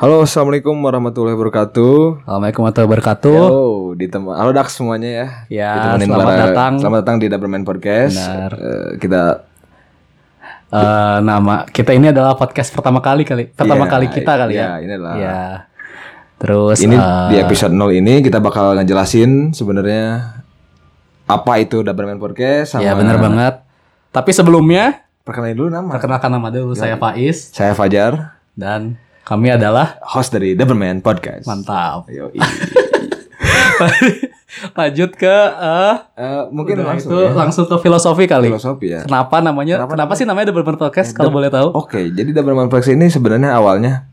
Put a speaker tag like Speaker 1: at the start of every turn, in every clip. Speaker 1: Halo, assalamualaikum warahmatullahi wabarakatuh.
Speaker 2: Assalamualaikum warahmatullahi wabarakatuh.
Speaker 1: Yo, ditem- halo Dak semuanya ya.
Speaker 2: Oh. Ya,
Speaker 1: Ditemenin
Speaker 2: selamat
Speaker 1: para-
Speaker 2: datang.
Speaker 1: Selamat datang di Doberman Podcast.
Speaker 2: Benar.
Speaker 1: Eh, kita
Speaker 2: Eh, nama kita ini adalah podcast pertama kali kali
Speaker 1: Iya,
Speaker 2: pertama kali kita kali
Speaker 1: iya,
Speaker 2: ya.
Speaker 1: ini adalah-
Speaker 2: Iya. Terus
Speaker 1: ini
Speaker 2: eh,
Speaker 1: di episode 0 ini kita bakal ngejelasin sebenarnya apa itu Doberman Podcast sama
Speaker 2: ya benar banget. Tapi sebelumnya
Speaker 1: Perkenalin dulu nama.
Speaker 2: perkenalkan nama
Speaker 1: Iya.
Speaker 2: dulu saya Faiz
Speaker 1: Saya Fajar,
Speaker 2: dan kami adalah
Speaker 1: host dari Doberman Podcast. iya.
Speaker 2: mantap.
Speaker 1: Yoi.
Speaker 2: Lanjut ke eh,
Speaker 1: Eh, mungkin
Speaker 2: udah
Speaker 1: langsung
Speaker 2: itu
Speaker 1: ya.
Speaker 2: langsung ke filosofi kali.
Speaker 1: filosofi ya.
Speaker 2: Kenapa namanya? Kenapa, sih namanya The Berber Podcast kalau boleh tahu?
Speaker 1: Oke, jadi Doberman Flex ini sebenarnya awalnya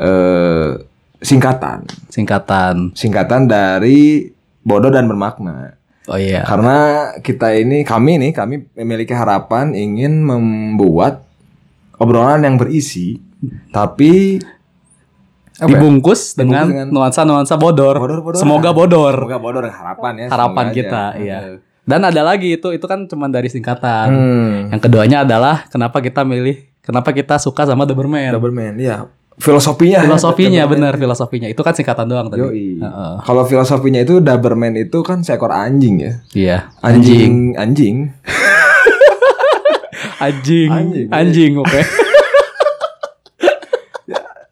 Speaker 1: eh singkatan,
Speaker 2: Singkatan.
Speaker 1: singkatan dari bodoh dan bermakna.
Speaker 2: Oh iya.
Speaker 1: Karena kita ini kami nih, kami memiliki harapan ingin membuat obrolan yang berisi tapi apa ya?
Speaker 2: Dibungkus dengan,
Speaker 1: dengan-
Speaker 2: nuansa-nuansa bodor.
Speaker 1: Bodor-bodoran.
Speaker 2: Semoga bodor.
Speaker 1: Semoga bodoh dan harapan ya.
Speaker 2: harapan
Speaker 1: semoga
Speaker 2: kita
Speaker 1: aja.
Speaker 2: iya dan ada lagi itu itu kan cuma dari singkatan
Speaker 1: Hmm.
Speaker 2: yang keduanya adalah kenapa kita milih kenapa kita suka sama Doberman
Speaker 1: Doberman, iya. Filosofinya.
Speaker 2: filosofinya bener filosofinya itu kan singkatan doang tadi
Speaker 1: Yoi.
Speaker 2: Heeh.
Speaker 1: Kalau filosofinya itu Doberman itu kan seekor anjing ya.
Speaker 2: iya
Speaker 1: Anjing, anjing.
Speaker 2: anjing
Speaker 1: Anjing.
Speaker 2: anjing, oke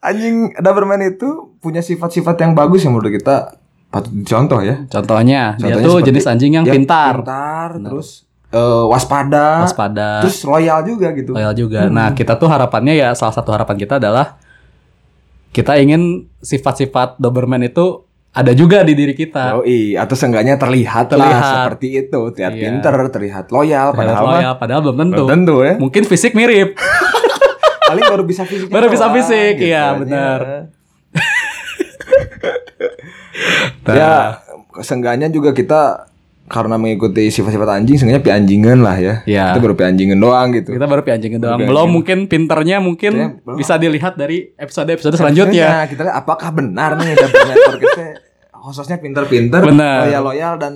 Speaker 1: Anjing Doberman itu punya sifat-sifat yang bagus yang menurut kita patut dicontoh ya.
Speaker 2: contohnya, dia
Speaker 1: Contohnya
Speaker 2: tuh
Speaker 1: seperti
Speaker 2: jenis anjing yang
Speaker 1: dia
Speaker 2: pintar
Speaker 1: pintar, terus eh, waspada,
Speaker 2: waspada
Speaker 1: terus loyal juga gitu.
Speaker 2: loyal juga nah kita tuh harapannya ya salah satu harapan kita adalah kita ingin sifat-sifat Doberman itu ada juga di diri kita
Speaker 1: Yoi, atau seenggaknya terlihat,
Speaker 2: Terlihat.
Speaker 1: lah seperti itu, terlihat
Speaker 2: Iya.
Speaker 1: pinter, terlihat loyal, padahal mah
Speaker 2: loyal padahal belum tentu
Speaker 1: belum tentu ya.
Speaker 2: mungkin fisik mirip
Speaker 1: Paling baru bisa fisik. gitu
Speaker 2: Baru bisa fisik, iya, benar.
Speaker 1: ya, seenggaknya juga kita karena mengikuti sifat-sifat anjing, seenggaknya pianjingan lah ya.
Speaker 2: Iya.
Speaker 1: Itu baru pianjingan doang gitu.
Speaker 2: Kita baru pianjingin doang. Belum mungkin pinternya mungkin
Speaker 1: Kayaknya belum. Iya,
Speaker 2: bisa dilihat dari episode-episode selanjutnya.
Speaker 1: Sebenarnya Nah, kita lihat apakah benar nih dan benar podcastnya khususnya pinter-pinter,
Speaker 2: Benar.
Speaker 1: loyal-loyal dan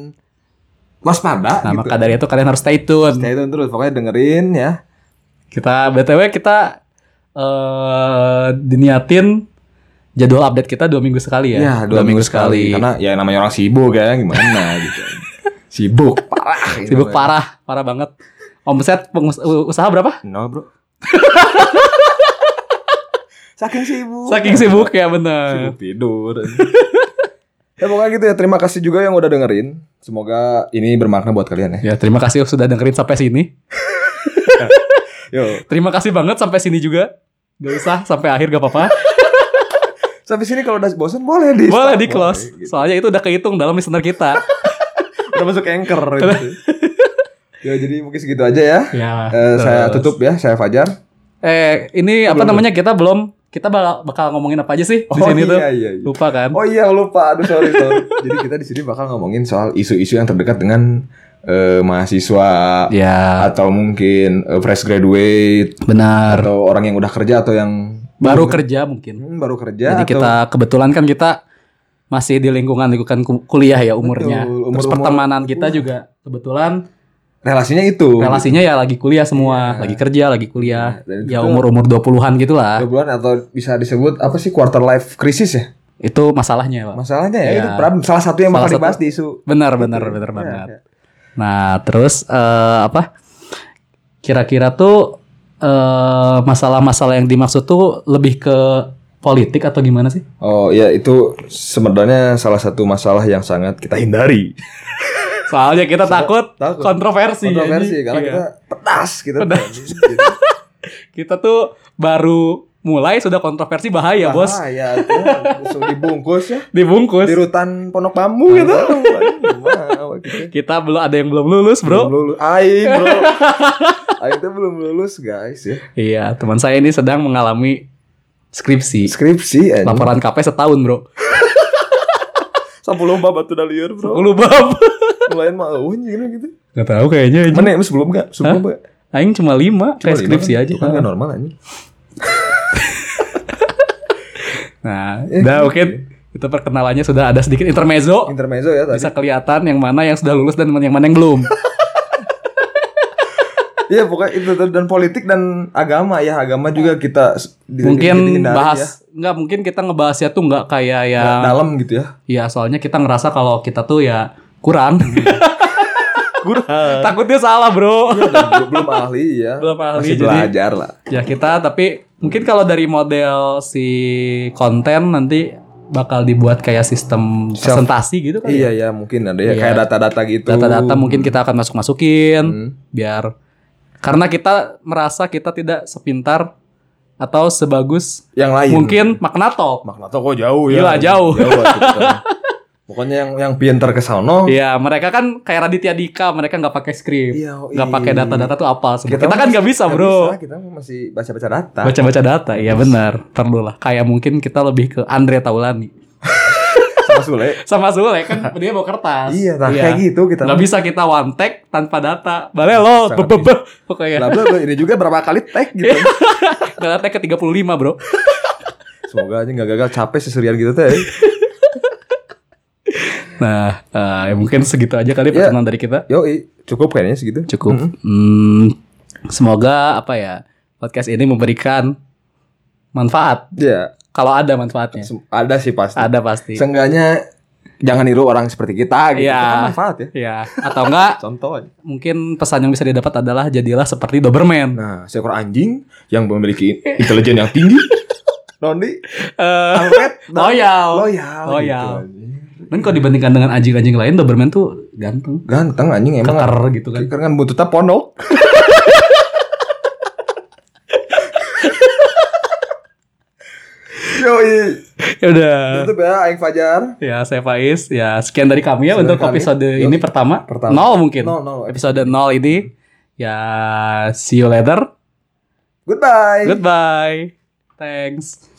Speaker 1: waspada gitu.
Speaker 2: Nah, maka dari itu kalian harus stay tune.
Speaker 1: Stay tune terus pokoknya dengerin ya.
Speaker 2: Kita BTW kita eh diniatin jadwal update kita dua minggu sekali ya.
Speaker 1: Ya, dua, minggu, sekali. Karena ya namanya orang sibuk ya gimana gitu. sibuk parah. gitu.
Speaker 2: sibuk parah, parah banget. Omset pengus- u- usaha berapa?
Speaker 1: Nol, Bro. Saking sibuk. Eh,
Speaker 2: Saking sibuk ya bener.
Speaker 1: Sibuk tidur. ya pokoknya gitu ya. Terima kasih juga yang udah dengerin. Semoga ini bermakna buat kalian ya.
Speaker 2: Ya, terima kasih sudah dengerin sampai sini.
Speaker 1: Yo.
Speaker 2: Terima kasih banget sampai sini juga. Gak usah sampai akhir gak apa-apa.
Speaker 1: Sampai sini kalau udah bosan boleh di
Speaker 2: Boleh
Speaker 1: stop,
Speaker 2: di close.
Speaker 1: boleh, gitu.
Speaker 2: Soalnya itu udah kehitung dalam listener kita.
Speaker 1: Udah masuk anchor gitu. ya jadi mungkin segitu aja ya.
Speaker 2: ya.
Speaker 1: Eh, saya
Speaker 2: terus.
Speaker 1: tutup ya, saya Fajar.
Speaker 2: Eh, ini apa namanya? Kita belum kita bakal, bakal ngomongin apa aja sih di
Speaker 1: Oh, iya,
Speaker 2: sini tuh?
Speaker 1: iya, iya.
Speaker 2: Lupa kan?
Speaker 1: Oh iya lupa, aduh sorry sorry. Jadi kita di sini bakal ngomongin soal isu-isu yang terdekat dengan eh, mahasiswa
Speaker 2: Ya,
Speaker 1: atau mungkin eh, fresh graduate
Speaker 2: benar.
Speaker 1: atau orang yang udah kerja atau yang
Speaker 2: Baru kerja mungkin.
Speaker 1: Hmm, baru kerja
Speaker 2: Jadi
Speaker 1: atau
Speaker 2: kita kebetulan kan kita masih di lingkungan lingkungan ku- kuliah ya umurnya.
Speaker 1: Betul,
Speaker 2: Terus
Speaker 1: umur-umur
Speaker 2: pertemanan kita juga kebetulan
Speaker 1: relasinya itu.
Speaker 2: relasinya ya lagi kuliah semua, lagi kerja, lagi kuliah.
Speaker 1: Iya, dan itu-
Speaker 2: Ya
Speaker 1: Iya.
Speaker 2: umur-umur gitu 20-an gitulah.
Speaker 1: Dua bulan atau bisa disebut apa sih quarter life crisis ya?
Speaker 2: Itu masalahnya, Pak.
Speaker 1: Masalahnya ya,
Speaker 2: Iya.
Speaker 1: itu problem. salah satu yang
Speaker 2: Salah
Speaker 1: bakal
Speaker 2: satu.
Speaker 1: dibahas di isu
Speaker 2: Benar, benar, benar
Speaker 1: Iya,
Speaker 2: banget.
Speaker 1: iya.
Speaker 2: Nah, terus eh, apa? Kira-kira tuh eh, masalah-masalah yang dimaksud tuh lebih ke politik atau gimana sih?
Speaker 1: Oh ya itu sebenarnya salah satu masalah yang sangat kita hindari.
Speaker 2: Soalnya kita takut,
Speaker 1: takut.
Speaker 2: kontroversi.
Speaker 1: Kontroversi
Speaker 2: jadi-
Speaker 1: karena
Speaker 2: iya.
Speaker 1: kita pedas gitu. kita.
Speaker 2: Kita tuh baru mulai sudah kontroversi bahaya, Bos.
Speaker 1: ya musuh dibungkus ya di
Speaker 2: Dibungkus.
Speaker 1: rutan pondok bambu gitu. Wow, gitu.
Speaker 2: Kita belum ada yang belum lulus,
Speaker 1: Belum
Speaker 2: Bro.
Speaker 1: lulus. Aing bro. Aing tuh belum lulus guys ya.
Speaker 2: Iya, teman saya ini sedang mengalami skripsi.
Speaker 1: Skripsi anjing.
Speaker 2: Laporan KP setahun, Bro.
Speaker 1: Sebelum babat udah liur bro.
Speaker 2: Sepuluh bab.
Speaker 1: Mulain mah eueuh gini gitu.
Speaker 2: Gak tahu kayaknya. anjing.
Speaker 1: Mana ya, sebelum enggak? Sebelum enggak?
Speaker 2: Aing Nah, cuma lima,
Speaker 1: Cuma
Speaker 2: kayak skripsi
Speaker 1: lima kan?
Speaker 2: aja.
Speaker 1: Itu kan nggak normal anjing.
Speaker 2: Nah,
Speaker 1: Ya,
Speaker 2: udah
Speaker 1: gitu
Speaker 2: oke. Itu perkenalannya sudah ada sedikit intermezzo.
Speaker 1: Intermezzo ya tadi. Gitu,
Speaker 2: Bisa kelihatan yang mana yang sudah lulus dan yang mana yang belum.
Speaker 1: Iya pokoknya itu tuh. dan politik dan agama ya agama juga kita s- di- di-
Speaker 2: mungkin
Speaker 1: dihindari gitu, ya.
Speaker 2: bahas nggak mungkin kita ngebahasnya tuh nggak kayak yang
Speaker 1: dalam gitu ya.
Speaker 2: ya soalnya kita ngerasa kalau kita tuh ya kurang
Speaker 1: Hmm. Kurang.
Speaker 2: takutnya salah bro
Speaker 1: belum, belum ahli ya.
Speaker 2: Belum ahli,
Speaker 1: Masih
Speaker 2: jadi-
Speaker 1: belajar lah.
Speaker 2: ya kita tapi mungkin kalau dari model si konten nanti bakal dibuat kayak sistem
Speaker 1: Self-
Speaker 2: presentasi gitu kan
Speaker 1: Iya ya mungkin ada ya
Speaker 2: Iya.
Speaker 1: kayak data-data gitu.
Speaker 2: data-data mungkin kita akan masuk masukin
Speaker 1: Hmm.
Speaker 2: biar karena kita merasa kita tidak sepintar atau sebagus
Speaker 1: yang lain.
Speaker 2: mungkin Magnato
Speaker 1: Magnato kok jauh ya.
Speaker 2: Gila, jauh.
Speaker 1: waktu itu. Pokoknya yang yang pinter ke sono.
Speaker 2: Iya, mereka kan kayak Raditya Dika, mereka nggak pakai skrip,
Speaker 1: Iya, oh,
Speaker 2: nggak
Speaker 1: iya.
Speaker 2: pakai data-data tuh apa? Kita,
Speaker 1: mah
Speaker 2: kan
Speaker 1: masih-
Speaker 2: nggak bisa, bro.
Speaker 1: bisa, kita mah masih baca-baca data.
Speaker 2: Baca-baca data, iya benar. Perlu lah. Kayak mungkin kita lebih ke Andre Taulani.
Speaker 1: Sama Sule.
Speaker 2: Sama Sule kan dia bawa kertas.
Speaker 1: Iya, nah kayak gitu kita.
Speaker 2: Nggak bisa kita one take tanpa data. Balik lo,
Speaker 1: Sangat
Speaker 2: bebebe. Pokoknya.
Speaker 1: Bla bla bla. Ini juga berapa kali tag gitu.
Speaker 2: Iya. Data take ke 35, bro.
Speaker 1: Semoga aja nggak gagal capek seserian gitu teh.
Speaker 2: Nah, eh, ya mungkin segitu aja kali
Speaker 1: Iya.
Speaker 2: perkenalan dari kita.
Speaker 1: Yoi, cukup kayaknya segitu.
Speaker 2: Cukup.
Speaker 1: Mm-mm.
Speaker 2: Hmm, semoga apa ya podcast ini memberikan manfaat.
Speaker 1: Iya,
Speaker 2: Kalau ada manfaatnya.
Speaker 1: sem- ada sih pasti.
Speaker 2: Ada pasti.
Speaker 1: Seenggaknya jangan niru orang seperti kita gitu.
Speaker 2: Iya.
Speaker 1: Kita manfaat ya.
Speaker 2: Ya, atau enggak
Speaker 1: Contoh aja.
Speaker 2: mungkin pesan yang bisa didapat adalah jadilah seperti Doberman.
Speaker 1: Nah, seekor anjing yang memiliki intelijen yang tinggi. Nondi,
Speaker 2: Eh,
Speaker 1: angket,
Speaker 2: Loyal.
Speaker 1: loyal,
Speaker 2: Loyal.
Speaker 1: gitu, anjing.
Speaker 2: dan kalau dibandingkan dengan anjing-anjing lain Doberman tuh ganteng,
Speaker 1: Ganteng anjing emang.
Speaker 2: keker gitu kan.
Speaker 1: Keker kan buntutnya pondok. Yoi,
Speaker 2: Ya udah.
Speaker 1: tutup ya Aing Fajar.
Speaker 2: Ya, saya Faiz. Ya, sekian dari kami ya
Speaker 1: Sekian
Speaker 2: untuk
Speaker 1: dari kami.
Speaker 2: episode
Speaker 1: Yuk.
Speaker 2: ini pertama.
Speaker 1: Pertama.
Speaker 2: Nol mungkin.
Speaker 1: Nol, nol.
Speaker 2: Episode nol ini. Ya, see you later.
Speaker 1: Goodbye.
Speaker 2: Goodbye. Thanks.